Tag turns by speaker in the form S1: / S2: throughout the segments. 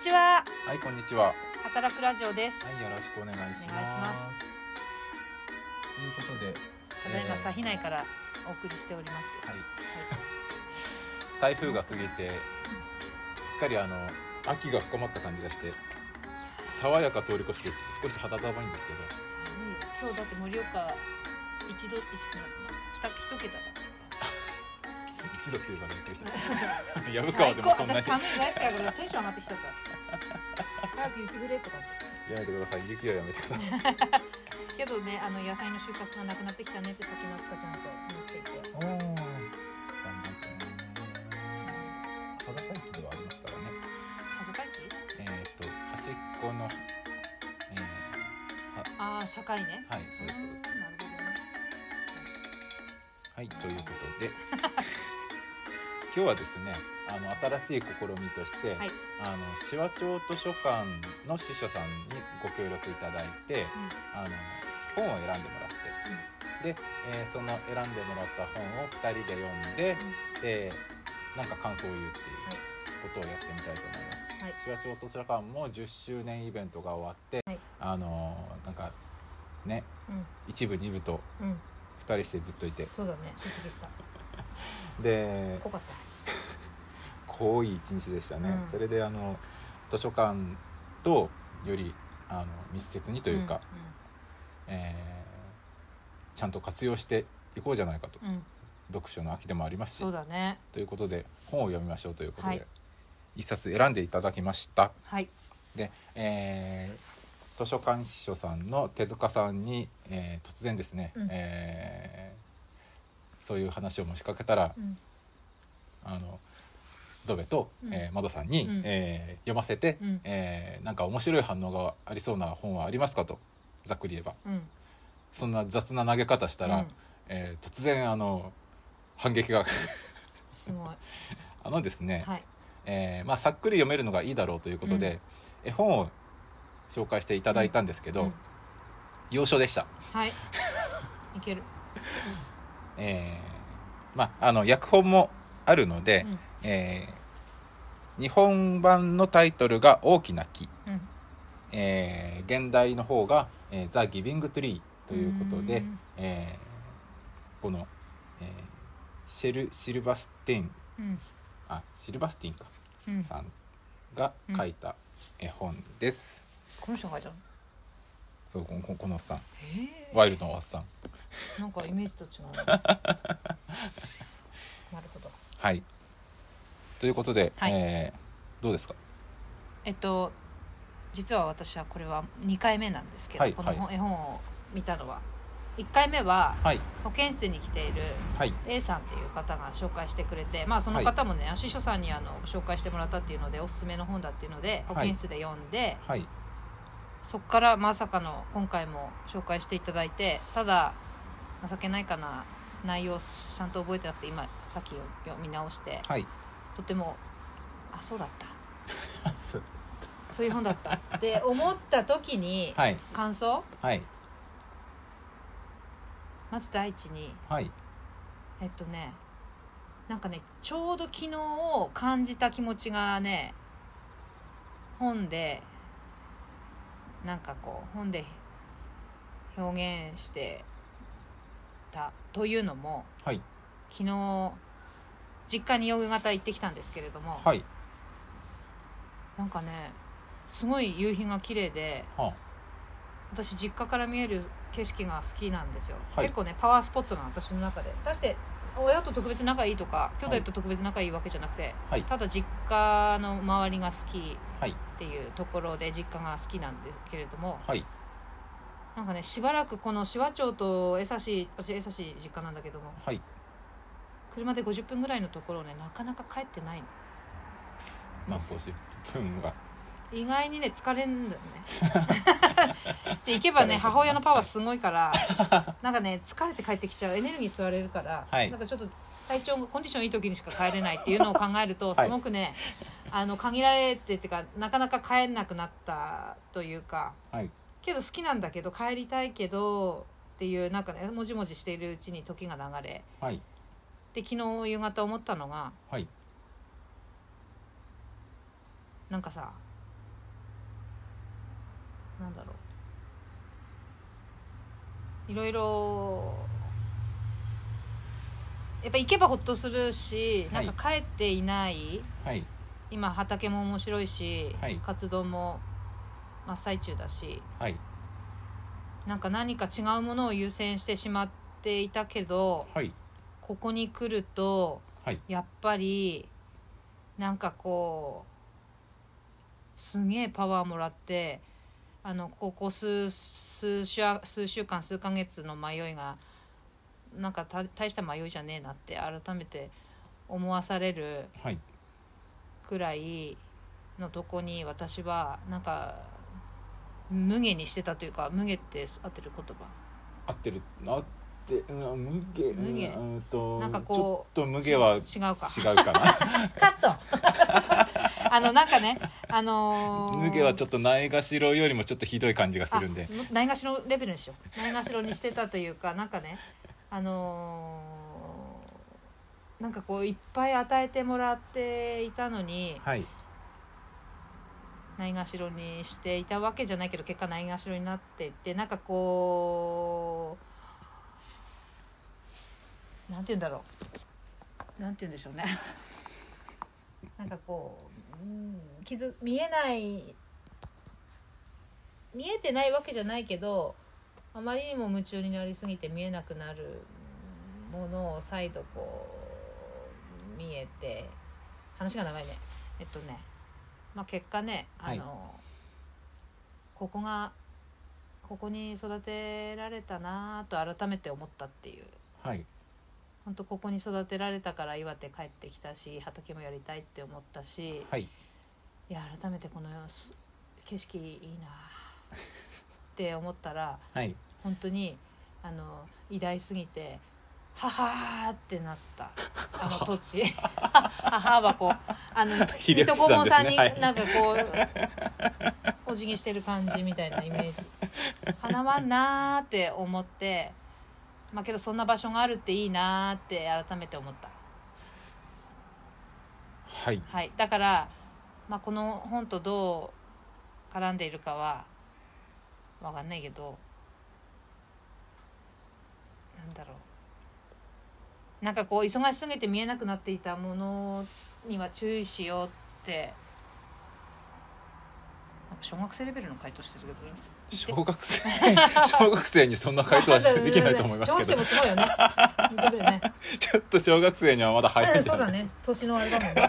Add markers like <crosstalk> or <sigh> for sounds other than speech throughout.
S1: ちは。
S2: はい、こんにちは。は
S1: 働くラジオです。
S2: い、よろしくお願いします。
S1: お願いします
S2: ということで、
S1: ただいまさひないからお送りしております。
S2: はい、台風が過ぎて、すっかりあの秋が深まった感じがして、爽やか通り越して少し肌寒いんですけ
S1: 寒いよ今
S2: ど、
S1: 日だって盛岡一度一なんか一桁だ
S2: 一度っていうかびっくりした。
S1: か <laughs>
S2: 薮
S1: ら。
S2: 川でもそんなに
S1: 最高私寒いぐらいしかこれテンション上がってきちゃった。早く雪降れって感
S2: やめてください。雪はやめてく
S1: <laughs>
S2: ださい。
S1: じ。けどねあの野菜の収穫がなくなってきたねってさっきマスカちゃんと話していて。
S2: おお、だんだんとね、肌寒いではありますからね。
S1: 恥ずかしい？
S2: えーっ、と端っこの、えー
S1: ああ境ね。
S2: はい、そうです、そうです。
S1: なるほどね。
S2: はい、ということで。 <laughs> 今日はですね、あの新しい試みとして、
S1: はい
S2: あの紫波町図書館の司書さんにご協力いただいて。あの本を選んでもらって、で、えーその選んでもらった本を二人で読んで、
S1: うんうん
S2: で、なんか感想を言うって
S1: はい
S2: いうことをやってみたいと思います。
S1: はい。
S2: 手話町図書館も10周年イベントが終わって、
S1: はい
S2: あのーなんかね
S1: う
S2: 一部二部と
S1: んうん
S2: 2人してずっといて
S1: そうだね出席した。
S2: で
S1: 濃かった。
S2: 濃い一日でしたね、
S1: うん
S2: それであの図書館とよりあの密接にというか、えーちゃんと活用していこうじゃないかと、
S1: うん。うん。
S2: 読書の秋でもありますし
S1: そうだね。
S2: ということで本を読みましょうということで、
S1: はい
S2: 一冊選んでいただきました。
S1: はい。
S2: で、えー図書館司書さんの手塚さんに、えー突然ですね、
S1: うん
S2: えーそういう話を持ちかけたら、
S1: うん。
S2: あのドベと、
S1: うん
S2: えー窓さんに、
S1: うん
S2: えー読ませて、
S1: うん
S2: えーなんか面白い反応がありそうな本はありますかとざっくり言えば
S1: うん。
S2: そんな雑な投げ方したら、
S1: うん
S2: えー突然あの反撃が <laughs>
S1: すごい。
S2: あのですね、
S1: はい。
S2: えーまあ、さっくり読めるのがいいだろうということで、絵本を紹介していただいたんですけど、
S1: うん
S2: 要所でした。 <laughs>
S1: はい。いける。
S2: えーまああの訳本もあるので、
S1: うん。
S2: えー日本版のタイトルが「大きな木
S1: うん。」
S2: えー現代の方が「えー、ザ・ギビング・トゥリー」ということで
S1: うん、
S2: えーこの、えーシェル・シルバスティン
S1: うん。
S2: あシルバスティンか、
S1: うん。
S2: さんが書いた絵本です。
S1: この人が書いたの。
S2: そうこのこのおっさん
S1: え
S2: ワイルドのおっさん。
S1: え。なんかイメージと違うな。
S2: <laughs>
S1: なるほど。
S2: はいということで、
S1: はい
S2: えーどうですか
S1: えっと。実は私はこれは二回目なんですけど、
S2: はい
S1: この本絵本を見たのは。一回目は
S2: はい
S1: 保健室に来ている
S2: はい
S1: A さんっていう方が紹介してくれて、まあ、その方もね、司書さんにあの紹介してもらったっていうのでおすすめの本だっていうので
S2: は
S1: 保
S2: い
S1: 健室で読んで、
S2: はい
S1: そこからまさかの今回も紹介していただいてただ情けないかな内容ちゃんと覚えてなくて今さっき読み直して
S2: はい
S1: とてもあそうだ
S2: <laughs>
S1: ったそういう本だったって思った時に
S2: はい
S1: 感想
S2: はい
S1: まず第一に
S2: はい
S1: えっとねなんかねちょうど昨日を感じた気持ちがね本でなんかこう本で表現してたというのも
S2: はい
S1: 昨日実家に夕方行ってきたんですけれども、
S2: はい
S1: なんかねすごい夕日が綺麗で
S2: は
S1: 私実家から見える景色が好きなんですよ、
S2: はい
S1: 結構ねパワースポットが私の中でだって親と特別仲いいとか兄弟と特別仲いいわけじゃなくて、
S2: はい
S1: ただ実家の周りが好きっ
S2: はい
S1: ていうところで実家が好きなんですけれども
S2: はい
S1: なんかねしばらくこの紫波町と江差私江差実家なんだけども
S2: はい
S1: 車で50分ぐらいのところをねなかなか帰ってないの
S2: まあ少し分が
S1: 意外にね疲れんだよ
S2: <laughs>
S1: ねで行けば
S2: 疲れ
S1: ね
S2: ると思います
S1: 母親のパワーすごいからなんかね疲れて帰ってきちゃうエネルギー吸われるから、
S2: はい
S1: なんかちょっと体調がコンディションいい時にしか帰れないっていうのを考えると、
S2: はい
S1: すごくねあの限られてっていうかなかなか帰んなくなったというか
S2: はい
S1: けど好きなんだけど帰りたいけどっていうなんかねもじもじしているうちに時が流れ
S2: はい
S1: で昨日夕方思ったのが
S2: はい
S1: なんかさなんだろういろいろやっぱ行けばほっとするしな
S2: は
S1: いんか帰っていない、
S2: はい
S1: 今畑も面白いし、
S2: はい
S1: 活動も真っ最中だし
S2: はい
S1: なんか何か違うものを優先してしまっていたけど
S2: はい
S1: ここに来ると
S2: はい
S1: やっぱりなんかこうすげえパワーもらってあのここ数数週数週間数ヶ月の迷いがなんかた大した迷いじゃねえなって改めて思わされる
S2: はい
S1: くらいのとこに私はなんか無下にしてたというか無下って合ってる言葉
S2: 合ってる合ってうん無限
S1: 無限
S2: うんうんと
S1: なんかこう
S2: ちょっと無限は違
S1: ち違うか
S2: うか
S1: <laughs>
S2: な
S1: カットあのなんかねあのー、
S2: 無限はちょ
S1: っ
S2: っとないがしろよりもちょっとひどい感じがするんで
S1: ないがしろレベルにしようないがしろにしてたというかなんかねあのーなんかこういっぱい与えてもらっていたのに
S2: はい
S1: ないがしろにしていたわけじゃないけど結果ないがしろになっていってなんかこうなんて言うんだろうなんて言うんでしょうね <laughs> なんかこう、うん、気づ見えない見えてないわけじゃないけどあまりにも夢中になりすぎて見えなくなるものを再度こう見えて話が長いねえっとねまあ結果ねあの、ここがここに育てられたなぁと改めて思ったっていう
S2: はい
S1: 本当ここに育てられたから岩手帰ってきたし畑もやりたいって思ったし
S2: はい
S1: いや改めてこのす景色いいなぁって思ったら
S2: はい
S1: 本当にあの偉大すぎて「ははー」ってな
S2: <laughs>
S1: ったあの土地 <laughs> 母はこうあの
S2: ひれ
S1: 水戸黄
S2: 伏したん
S1: 門
S2: ですね
S1: さんに
S2: はい
S1: なんかこうお辞儀してる感じみたいなイメージかなわんなーって思ってまあけどそんな場所があるっていいなーって改めて思った。
S2: はい
S1: はい、だから、まあ、この本とどう絡んでいるかはわかんないけどなんだろうなんかこう忙しすぎて見えなくなっていたものには注意しようってなんか小学生レベルの回答してるけど言って
S2: 小学生 <laughs> 小学生にそんな回答はしてできないと思いますけ
S1: 小学生
S2: ど
S1: もすごいよ
S2: <laughs>
S1: ね本当だよね
S2: ちょっと小学生にはまだ早い
S1: うんん
S2: じ
S1: そ
S2: ゃ
S1: うだ
S2: ない
S1: ね年のあれだもんね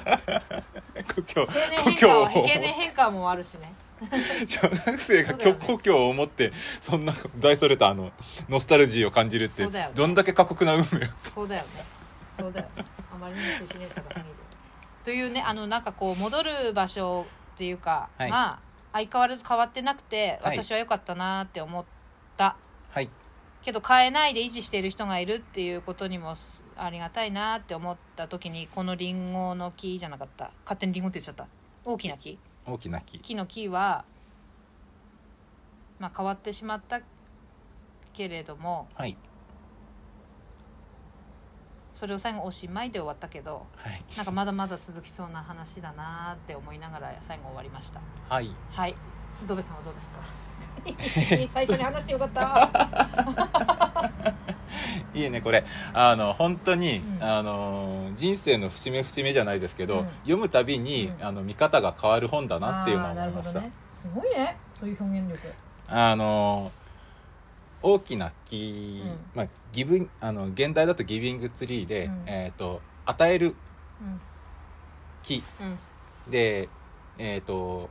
S2: 故
S1: 経
S2: 郷
S1: 年
S2: 故
S1: 変化
S2: 郷を
S1: は経年変化もあるしね
S2: 小学生が
S1: そうだよね
S2: 故郷を思ってそんな大それたあのノスタルジーを感じるって
S1: そうだよね
S2: どんだけ過酷な運命を
S1: そうだよね。そうだよ、ね。あまりにも精神年齢高すぎる。というね、あの、なんかこう、戻る場所っていうか、
S2: はい
S1: まあ、相変わらず変わってなくて、
S2: はい
S1: 私は良かったなって思った。
S2: はい
S1: けど変えないで維持している人がいるっていうことにもすありがたいなって思った時にこのリンゴの木じゃなかった勝手にリンゴって言っちゃった大きな木
S2: 大きな木
S1: 木の木は、まあ、変わってしまったけれども
S2: はい
S1: それを最後おしまいで終わったけど
S2: はい
S1: なんかまだまだ続きそうな話だなーって思いながら最後終わりました。
S2: はい
S1: はい、ドベさんはどうですか。 <laughs> 最初に話してよかった。
S2: いいねこれあの本当に、
S1: うん
S2: あの人生の節目節目じゃないですけど、
S1: うん
S2: 読むたびに、
S1: うん
S2: あの見方が変わる本だなっていうのは思いましたあ,、。
S1: すごいね。そういう表現力。
S2: の大きな木、
S1: うん
S2: まあ、ギブンあの現代だとギビングツリーで、
S1: うん
S2: えっ、と与える
S1: うん。
S2: 木
S1: うん。
S2: でえっ、と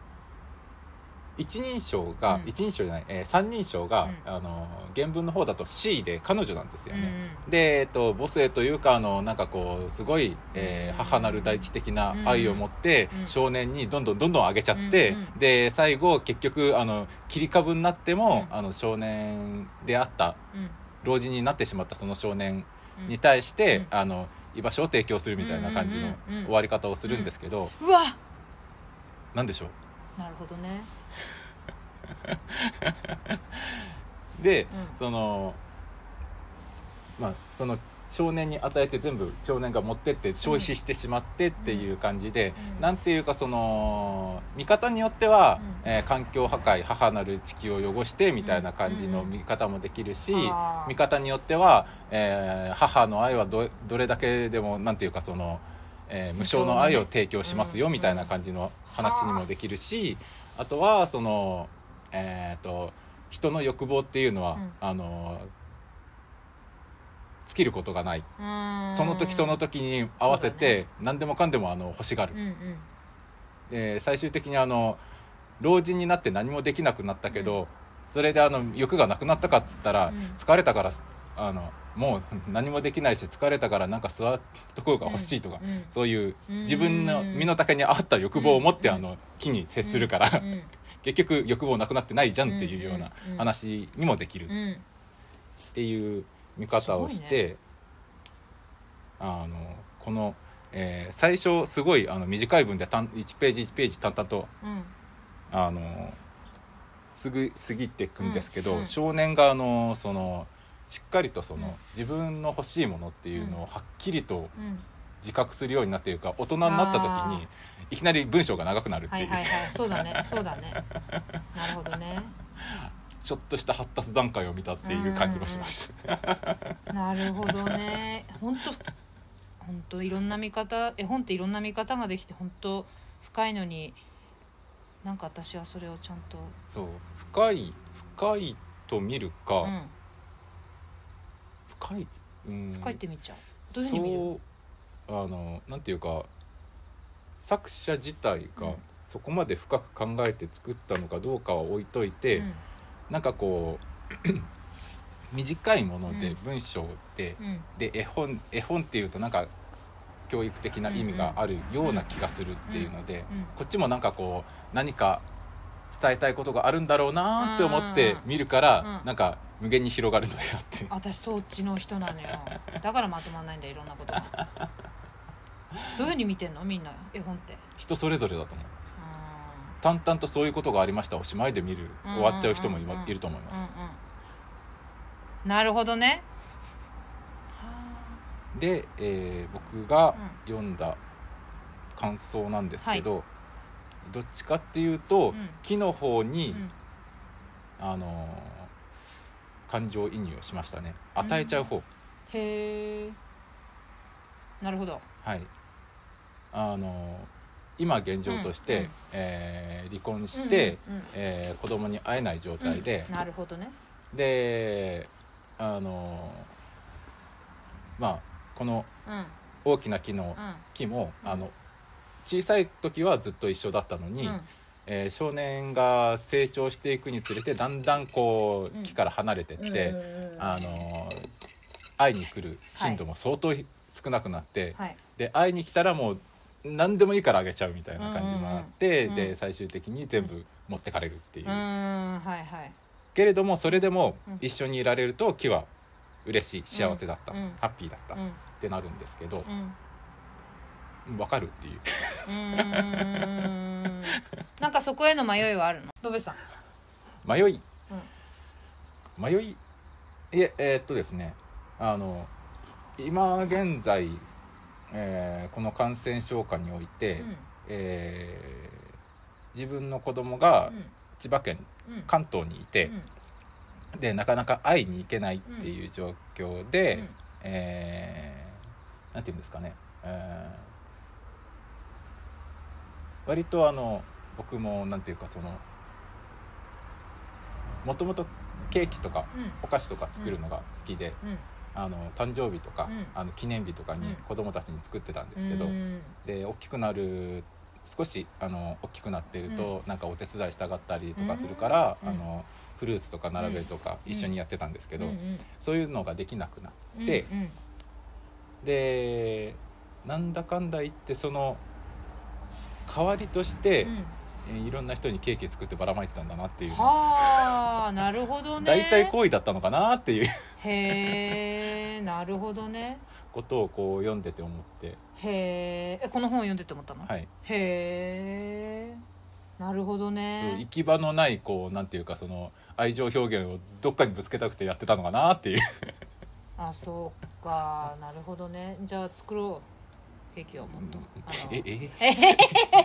S2: 一人称が、
S1: うん
S2: 一人称じゃない、えー三人称が、
S1: うん
S2: あの原文の方だと C で彼女なんですよ
S1: うん
S2: ね、で、えっと、母性というかあのなんかこうすごい、えー母なる大地的な愛を持って、
S1: うん
S2: 少年にどんどんどんどん上げちゃって、
S1: うんうん
S2: で最後結局あの切り株になっても、
S1: うん
S2: あの少年であった
S1: うん。
S2: 老人になってしまったその少年
S1: うん。
S2: に対して、
S1: うん
S2: あの居場所を提供するみたいな感じ
S1: う
S2: の
S1: んうんうんうん
S2: 終わり方をするんですけど、
S1: うわ。
S2: なんでしょう
S1: なるほどね。
S2: で
S1: うん
S2: そのまあその少年に与えて全部少年が持ってって消費してしまってっていう感じで、
S1: うん
S2: なんていうかその見方によっては、
S1: うん
S2: えー環境破壊母なる地球を汚してみたいな感じの
S1: うん
S2: 見方もできるし、
S1: あー
S2: 見方によっては、えー母の愛はどどれだけでもなんていうかその、えー無償の愛を提供しますよ
S1: うん
S2: みたいな感じの話にもできるし、あとはそのえっ、と人の欲望っていうのは、
S1: うん
S2: あの尽きることがない
S1: うん
S2: その時その時に合わ
S1: そ
S2: せ
S1: うだ
S2: て何でもかんでもあの欲しがる
S1: うん、うん
S2: で最終的にあの老人になって何もできなくなったけど、それであの欲がなくなったかっつったら、
S1: うん
S2: 疲れたからあのもう何もできないし疲れたからなんか座っとこうが欲しいとか、
S1: うんうん
S2: そういう
S1: うん
S2: 自分の身の丈に合った欲望を持って、
S1: うん
S2: あの木に接するから、
S1: うん
S2: 結局欲望なくなってないじゃんっていうような
S1: うんうん
S2: 話にもできる
S1: うんうん
S2: っていう見方をして、あのこの、えー最初すごいあの短い文で単1ページ1ページ淡々と
S1: うん
S2: あのすぐ過ぎていくんですけど、
S1: うんうん
S2: 少年があのそのしっかりとそ
S1: うん
S2: の自分の欲しいものっていうのをはっきりと
S1: うん
S2: 自覚するようになっているか大人になった時にいきなり文章が長くなるって、
S1: はいいうはいはいそうだねそうだねなるほどね
S2: ちょっとした発達段階を見たっていう感じもしました。
S1: なるほどね本当本当いろんな見方絵本っていろんな見方ができて本当深いのになんか私はそれをちゃんと、
S2: そう深い深いと見るか、
S1: うん、
S2: 深い、うん、
S1: 深いって見ちゃうどういうふうに見る
S2: そうあのなんていうか作者自体
S1: う
S2: が
S1: ん
S2: そこまで深く考えて作ったのかどうかは置いといて、
S1: うん
S2: なんかこう <clears throat> 短いもの
S1: う
S2: で
S1: ん
S2: 文章で、
S1: うん
S2: で絵本絵本っていうとなんか教育的な意味があるような気がするっていうの
S1: う
S2: で、
S1: ん
S2: こっちもなんかこう何か伝えたいことがあるんだろうなーって思って見るから、
S1: うん
S2: なんか無限に広がるのよっていう
S1: 私そっちの人なのよだからまとまんないんだいろんなことがどういうふうに見てんのみんな絵本って
S2: 人それぞれだと思います。
S1: う
S2: 淡々とそういうことがありましたおしまいで見る
S1: うん
S2: 終わっちゃう人もい,、
S1: うん
S2: いると思いま
S1: んうん
S2: す、
S1: うんなるほどね
S2: で、えー僕が
S1: うん
S2: 読んだ感想なんですけど、どっちかっていうと、
S1: うん
S2: 木の方に、
S1: うん
S2: あのー感情移入をしましたね与えちゃう方、
S1: へえなるほど
S2: はいあのー今現状として、
S1: うんうん
S2: えー離婚して、
S1: うんうん
S2: えー子供に会えない状態で、
S1: なるほどね
S2: であのーまあこの
S1: うんうん
S2: 大きな木の木も、
S1: うん
S2: あの小さい時はずっと一緒だったのに、
S1: うん
S2: えー少年が成長していくにつれてだんだんこ
S1: うん
S2: う木から離れてって、
S1: うんうん
S2: あのー会いに来る頻度も相当少なくなって、
S1: はい
S2: で会いに来たらもう何でもいいからあげちゃうみたいな感じもあって、
S1: うんうんうんうん
S2: で最終的に全部持ってかれるっていうう、
S1: ーんはいはい
S2: けれどもそれでも
S1: うん
S2: 一緒にいられると木は嬉しい幸せだった、
S1: うんうん
S2: ハッピーだった、
S1: うん
S2: ってなるんですけど
S1: う、ん
S2: わかるっていう
S1: うーんなんかそこへの迷いはあるのドベさん
S2: 迷い迷いいええーっとですねあの今現在、えーこの感染症下において、
S1: うん
S2: えー自分の子供が千葉県
S1: うんうん
S2: 関東にいて、でなかなか会いに行けないっていう状況で、
S1: うん
S2: えーなんていうんですかね、えー割とあの僕もなんていうかそのもともとケーキとか
S1: うん
S2: お菓子とか作るのが好きで、
S1: うん
S2: あの誕生日とか、
S1: うん
S2: あの記念日とか
S1: うん
S2: に子供たちに作ってたんですけど、
S1: うん
S2: で大きくなる少しあの大きくなっていると、なんかお手伝いしたがったりとかするから、
S1: うん
S2: あのフルーツとか並べるとか
S1: うん
S2: 一緒にやってたんですけど、
S1: うん
S2: そういうのができなくな
S1: うん
S2: って、
S1: うんうん
S2: でなんだかんだ言ってその代わりとして、
S1: うん
S2: えーいろんな人にケーキ作ってばらまいてたんだなっていう
S1: はあなるほどね
S2: 大体行為だったのかなっていう <laughs>
S1: へえなるほどね
S2: ことをこう読んでて思って、
S1: へーえこの本を読んでって思ったの、
S2: はい、
S1: へえなるほど
S2: 行
S1: ね
S2: き場のないこうなんていうかその愛情表現をどっかにぶつけたくてやってたのかなっていう
S1: あそうかなるほどねじゃあ作ろうケーキをもっとあの
S2: ええ
S1: えへ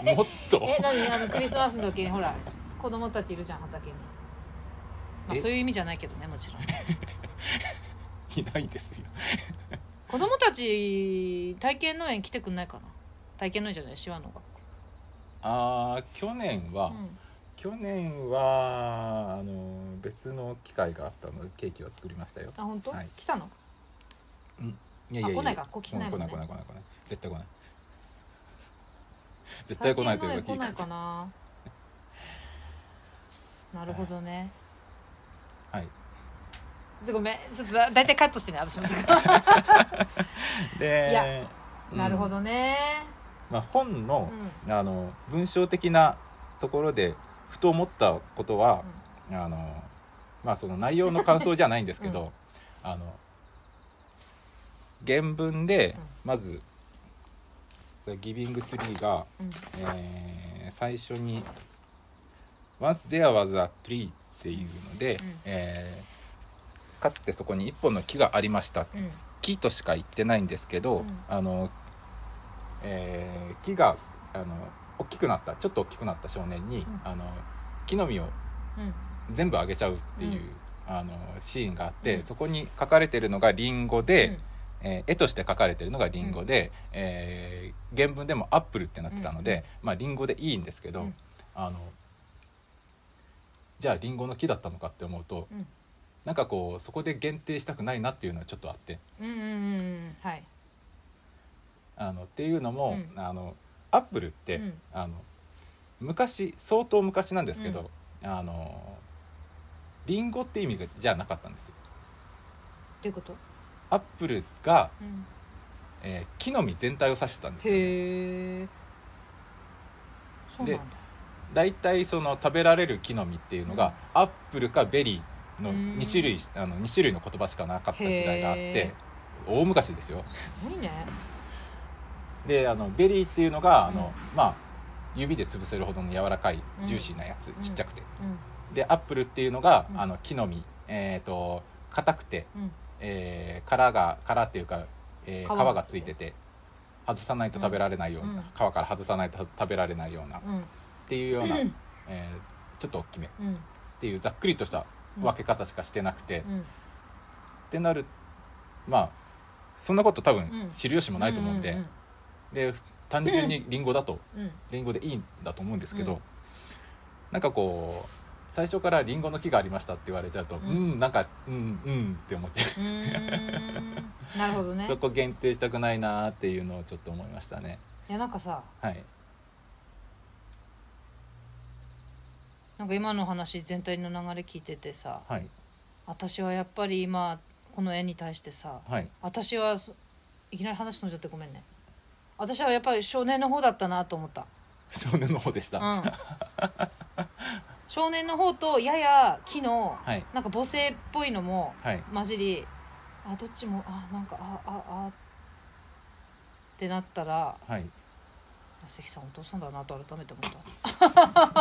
S1: へ <laughs>
S2: もっと
S1: え何あのクリスマスの時にほら子供たちいるじゃん畑に、まあ、
S2: え
S1: そういう意味じゃないけどねもちろん
S2: いないですよ
S1: 子供たち体験農園来てくんないかな体験農園じゃない手話の
S2: ああ去年は、
S1: が、うん、
S2: 去年はあの別の機会があったのでケーキを作りましたよ
S1: あ本当、
S2: はい
S1: 来たの
S2: いやいやいや
S1: あ来ないかこう来ないもんね
S2: うん来ない来ない来ない絶対来ない絶対来ないという
S1: 体
S2: か
S1: 験農園来ないか
S2: 聞い
S1: な
S2: <laughs>
S1: なるほどね、
S2: たは
S1: ち
S2: い
S1: ょっとごめんちょっとだ大体カットしてね私のとこ
S2: で
S1: いや
S2: うん
S1: なるほどね
S2: まあ、本
S1: うん
S2: の,、あの文章的なところでふと思ったことは、あのまあその内容の感想じゃないんですけど、あの原文でまず「The Giving Tree が」
S1: うん
S2: えー最初に「Once there was a tree」っていうので、
S1: ん
S2: えーかつてそこに一本の木がありました
S1: うん
S2: 木としか言ってないんですけど、
S1: うん
S2: あの、えー木があの大きくなったちょっと大きくなった少年に、
S1: ん
S2: あの木の実を
S1: うん
S2: 全部あげちゃうっていう、
S1: うん
S2: あのシーンがあって、
S1: うん
S2: そこに書かれてるのがリンゴで、
S1: うん
S2: えー絵として書かれてるのがリンゴで、えー原文でもアップルってなってたので、まあリンゴでいいんですけど、
S1: うん
S2: あのじゃあリンゴの木だったのかって思うと、
S1: うん
S2: なんかこうそこで限定したくないなっていうのはちょっとあって。
S1: うんうんうんうんはい
S2: あのっていうのも、
S1: う
S2: あのアップルって、
S1: うん
S2: あの昔相当昔なんですけど、あのリンゴって意味がじゃなかったんですよ。
S1: どういうこと、
S2: アップルが、
S1: うん、
S2: えー木の実全体を指してたんですよ、ね。
S1: へえそうなんだ
S2: だいたいその食べられる木の実っていうのが、アップルかベリーの
S1: うん
S2: 2種類あの2種類の言葉しかなかった時代があっ
S1: へ
S2: て大昔ですよ。
S1: すごいね
S2: であのベリーっていうのがあ
S1: う
S2: の、まあ指で潰せるほどの柔らかいジューシーなやつ、
S1: ん
S2: ちっちゃくて。
S1: うん
S2: でアップルっていうのが、
S1: うん
S2: あの木の実えっ、と硬くて、
S1: うん
S2: えー殻が殻っていうか、え
S1: 皮
S2: ー皮
S1: が
S2: がついてて外さないと食べられないような、
S1: うん
S2: 皮から外さないと食べられないような、っ
S1: うん
S2: ていうような、
S1: うん
S2: えーちょっと大きめっ
S1: うん
S2: ていうざっくりとした分け方しかしてなくて、っ
S1: うん
S2: てなるまあそんなこと多
S1: うん
S2: 分知る由もないと思うんで、
S1: うん
S2: でふ単純にリンゴだと
S1: うんうん
S2: リンゴでいいんだと思うんですけど、
S1: うん
S2: なんかこう最初からリンゴの木がありましたって言われちゃうと、
S1: ん
S2: うん、なんかうんうんって思っちゃう、
S1: うーんなるほどね
S2: そこ限定したくないなーっていうのをちょっと思いましたね
S1: いやなんかさ
S2: はい
S1: なんか今の話全体の流れ聞いててさ
S2: はい
S1: 私はやっぱり今この絵に対してさ
S2: はい
S1: 私はそいきなり話飛んじゃってごめんね私はやっぱり少年の方だったなと思った
S2: 少年の方でした、
S1: うん
S2: <laughs>
S1: 少年の方とやや木の
S2: はい
S1: なんか母性っぽいのも
S2: はい
S1: 混じりあどっちもあなんかあああってなったら
S2: はい
S1: あ関さんお父さんだなと改めて思
S2: <laughs>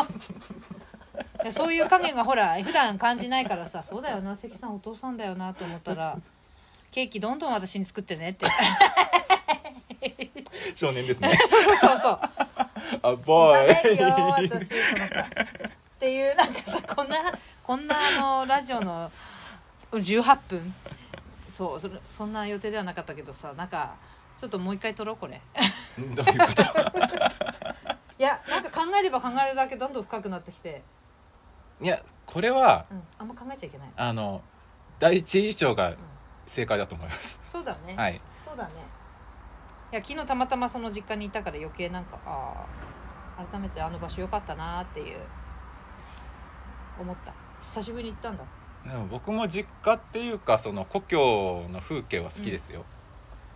S1: ったいやそういう加減がほら普段感じないからさそうだよな関さんお父さんだよなと思った
S2: <laughs>
S1: らケーキどんどん私に作ってねって
S2: 少年で
S1: <laughs>
S2: すね
S1: そうそうそうそう
S2: あボー
S1: 食べ
S2: イ
S1: る
S2: <laughs>
S1: よ私とかっていうなんかさこんなこんなあのラジオの18分そうそれそんな予定ではなかったけどさなんかちょっともう一回撮ろうこれ
S2: うんどういうこと
S1: いやなんか考えれば考えるだけどんどん深くなってきて、
S2: いやこれは
S1: うん、あんま考えちゃいけない
S2: あの第一印象が正解だと思います、
S1: そうだね、
S2: はい
S1: そうだねいや昨日たまたまその実家にいたから余計なんかああ改めてあの場所良かったなーっていう思った久しぶりに行ったんだ
S2: でも僕も実家っていうかその故郷の風景は好きですよ、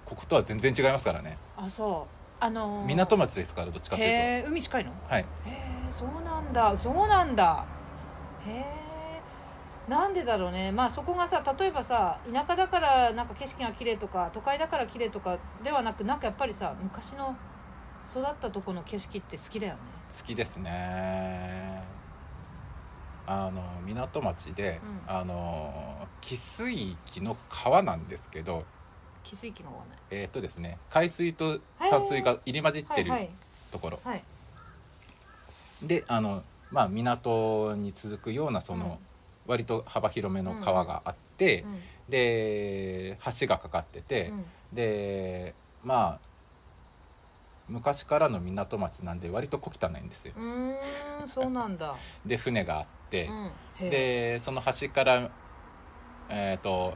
S2: こことは全然違いますからね
S1: あそうあのー
S2: 港町ですからどっちかっていう
S1: へえ海近いの
S2: とはい
S1: へえそうなんだそうなんだへえなんでだろうねまあそこがさ例えばさ田舎だからなんか景色が綺麗とか都会だから綺麗とかではなくなんかやっぱりさ昔の育ったとこの景色って好きだよね
S2: 好きですねあの港町で、
S1: うん
S2: あの汽水域の川なんですけど
S1: 気づきがわかんない
S2: えーっとですね海水と淡水が入り混じってる
S1: はい
S2: ところ、
S1: はいはい
S2: であの、まあ、港に続くようなその、割と幅広めの川があっ
S1: う
S2: て、
S1: ん
S2: で橋がかかってて、でまあ昔からの港町なんで割と小汚いんですよ。
S1: うんうーんそうなんだ、
S2: で船があって
S1: う、ん、へえ
S2: でその橋からえっ、と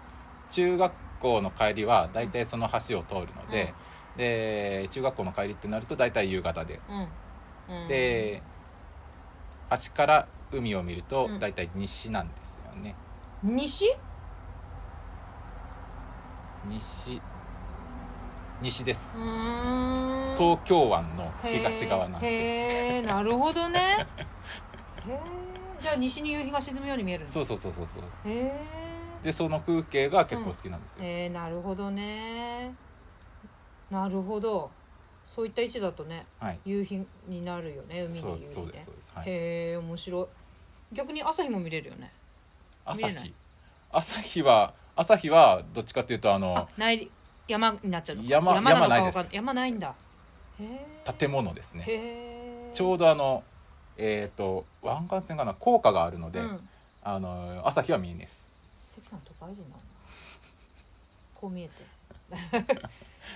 S2: 中学校の帰りは大体その橋を通るので、で中学校の帰りってなると大体夕方で、
S1: うんうん
S2: で橋から海を見ると
S1: うん
S2: 大体西なんですよね、
S1: 西
S2: 西西です
S1: うーん
S2: 東京湾の東側なん
S1: へ
S2: で
S1: えへえなるほどねへえじゃあ西に夕日が沈むように見えるの
S2: そうそうそうそうそう
S1: へえ
S2: でその風景が結構好きなんですよ、
S1: へえなるほどねなるほどそういった位置だとね
S2: はい
S1: 夕日になるよね海に
S2: そう
S1: 夕日
S2: そう
S1: で
S2: ですそうです、はい、
S1: へえ面白い逆に朝日も見れるよね見
S2: 朝
S1: えない
S2: 日朝日は朝日はどっちかっていうとあの
S1: あ内陸山になっちゃうのか
S2: 山
S1: 山なのか
S2: 山ない
S1: わ
S2: です
S1: かん山ないんだへえ
S2: 建物ですね
S1: へえ
S2: ちょう
S1: ど
S2: どあのえっ、と湾岸線かな高架があるので、
S1: うん、
S2: あの朝日は見えないです
S1: 関さん都会人なのこう見えて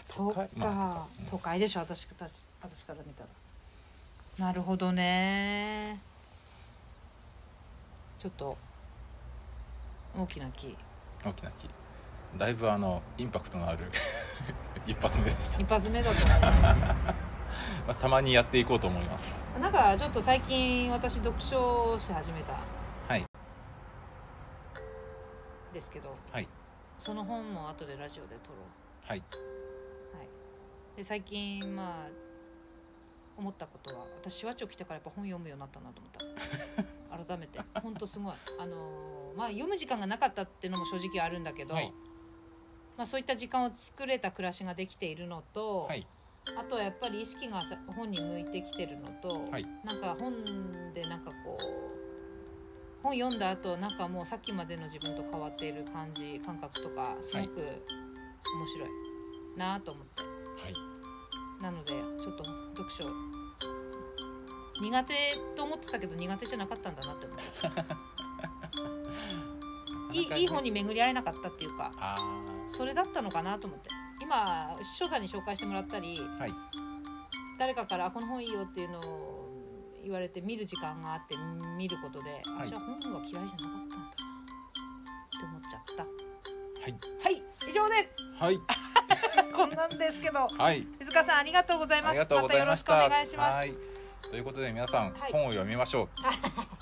S1: そ
S2: 都
S1: っか
S2: 会、まあ都会うん
S1: 都会でしょ私たち私から見たらなるほどねちょっと大きな木
S2: 大きな木だいぶあのインパクトのある <laughs> 一発目でした、ま
S1: 一発目だとね
S2: あ、たまにやっていこうと思います
S1: なんかちょっと最近私読書をし始めた
S2: はい
S1: ですけど、
S2: はい
S1: その本も後でラジオで撮ろ、
S2: はいう
S1: はい、で最近まあ思ったことは私手話帳来てからやっぱ本読むようになったなと思
S2: <laughs>
S1: った改めてほんとすごいあのーまあ読む時間がなかったっていうのも正直あるんだけど、
S2: はい
S1: まあ、そういった時間を作れた暮らしができているのと、
S2: はい
S1: あとはやっぱり意識がさ本に向いてきてるのと、
S2: はい
S1: なんか本でなんかこう本読んだ後なんかもうさっきまでの自分と変わっている感じ感覚とかすごく面白いなと思って、
S2: はい
S1: なのでちょっと読書苦手と思ってたけど苦手じゃなかったんだなって思っていいいい本に巡り合えなかったっていうか
S2: あ
S1: それだったのかなと思って今視聴者に紹介してもらったり、
S2: はい
S1: 誰かからあ「この本いいよ」っていうのを言われて見る時間があって見ることで、
S2: はい
S1: 私は本は嫌いじゃなかったんだなって思っちゃった
S2: はい
S1: はい以上で
S2: ーはい
S1: こんなんですけど
S2: はい
S1: 手塚さんありがとうござい
S2: あ
S1: ま
S2: り
S1: す
S2: がとうございました
S1: またよろしくお願いします
S2: はいということで皆さん、
S1: はい
S2: 本を読みましょ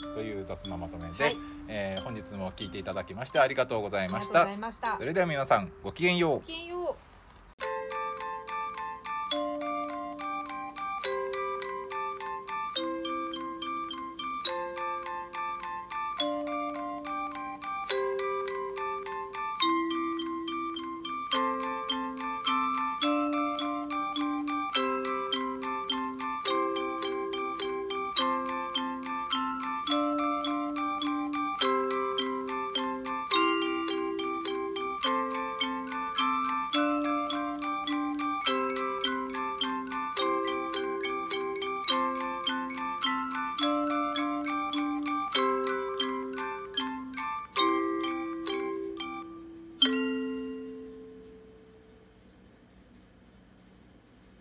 S2: うという雑なまとめで、
S1: はい
S2: えー本日も聞いていただきましてありがとうござい
S1: ありがと
S2: まし
S1: うご
S2: た
S1: ざいました
S2: それでは皆さんごきげんよう
S1: ごきげんよう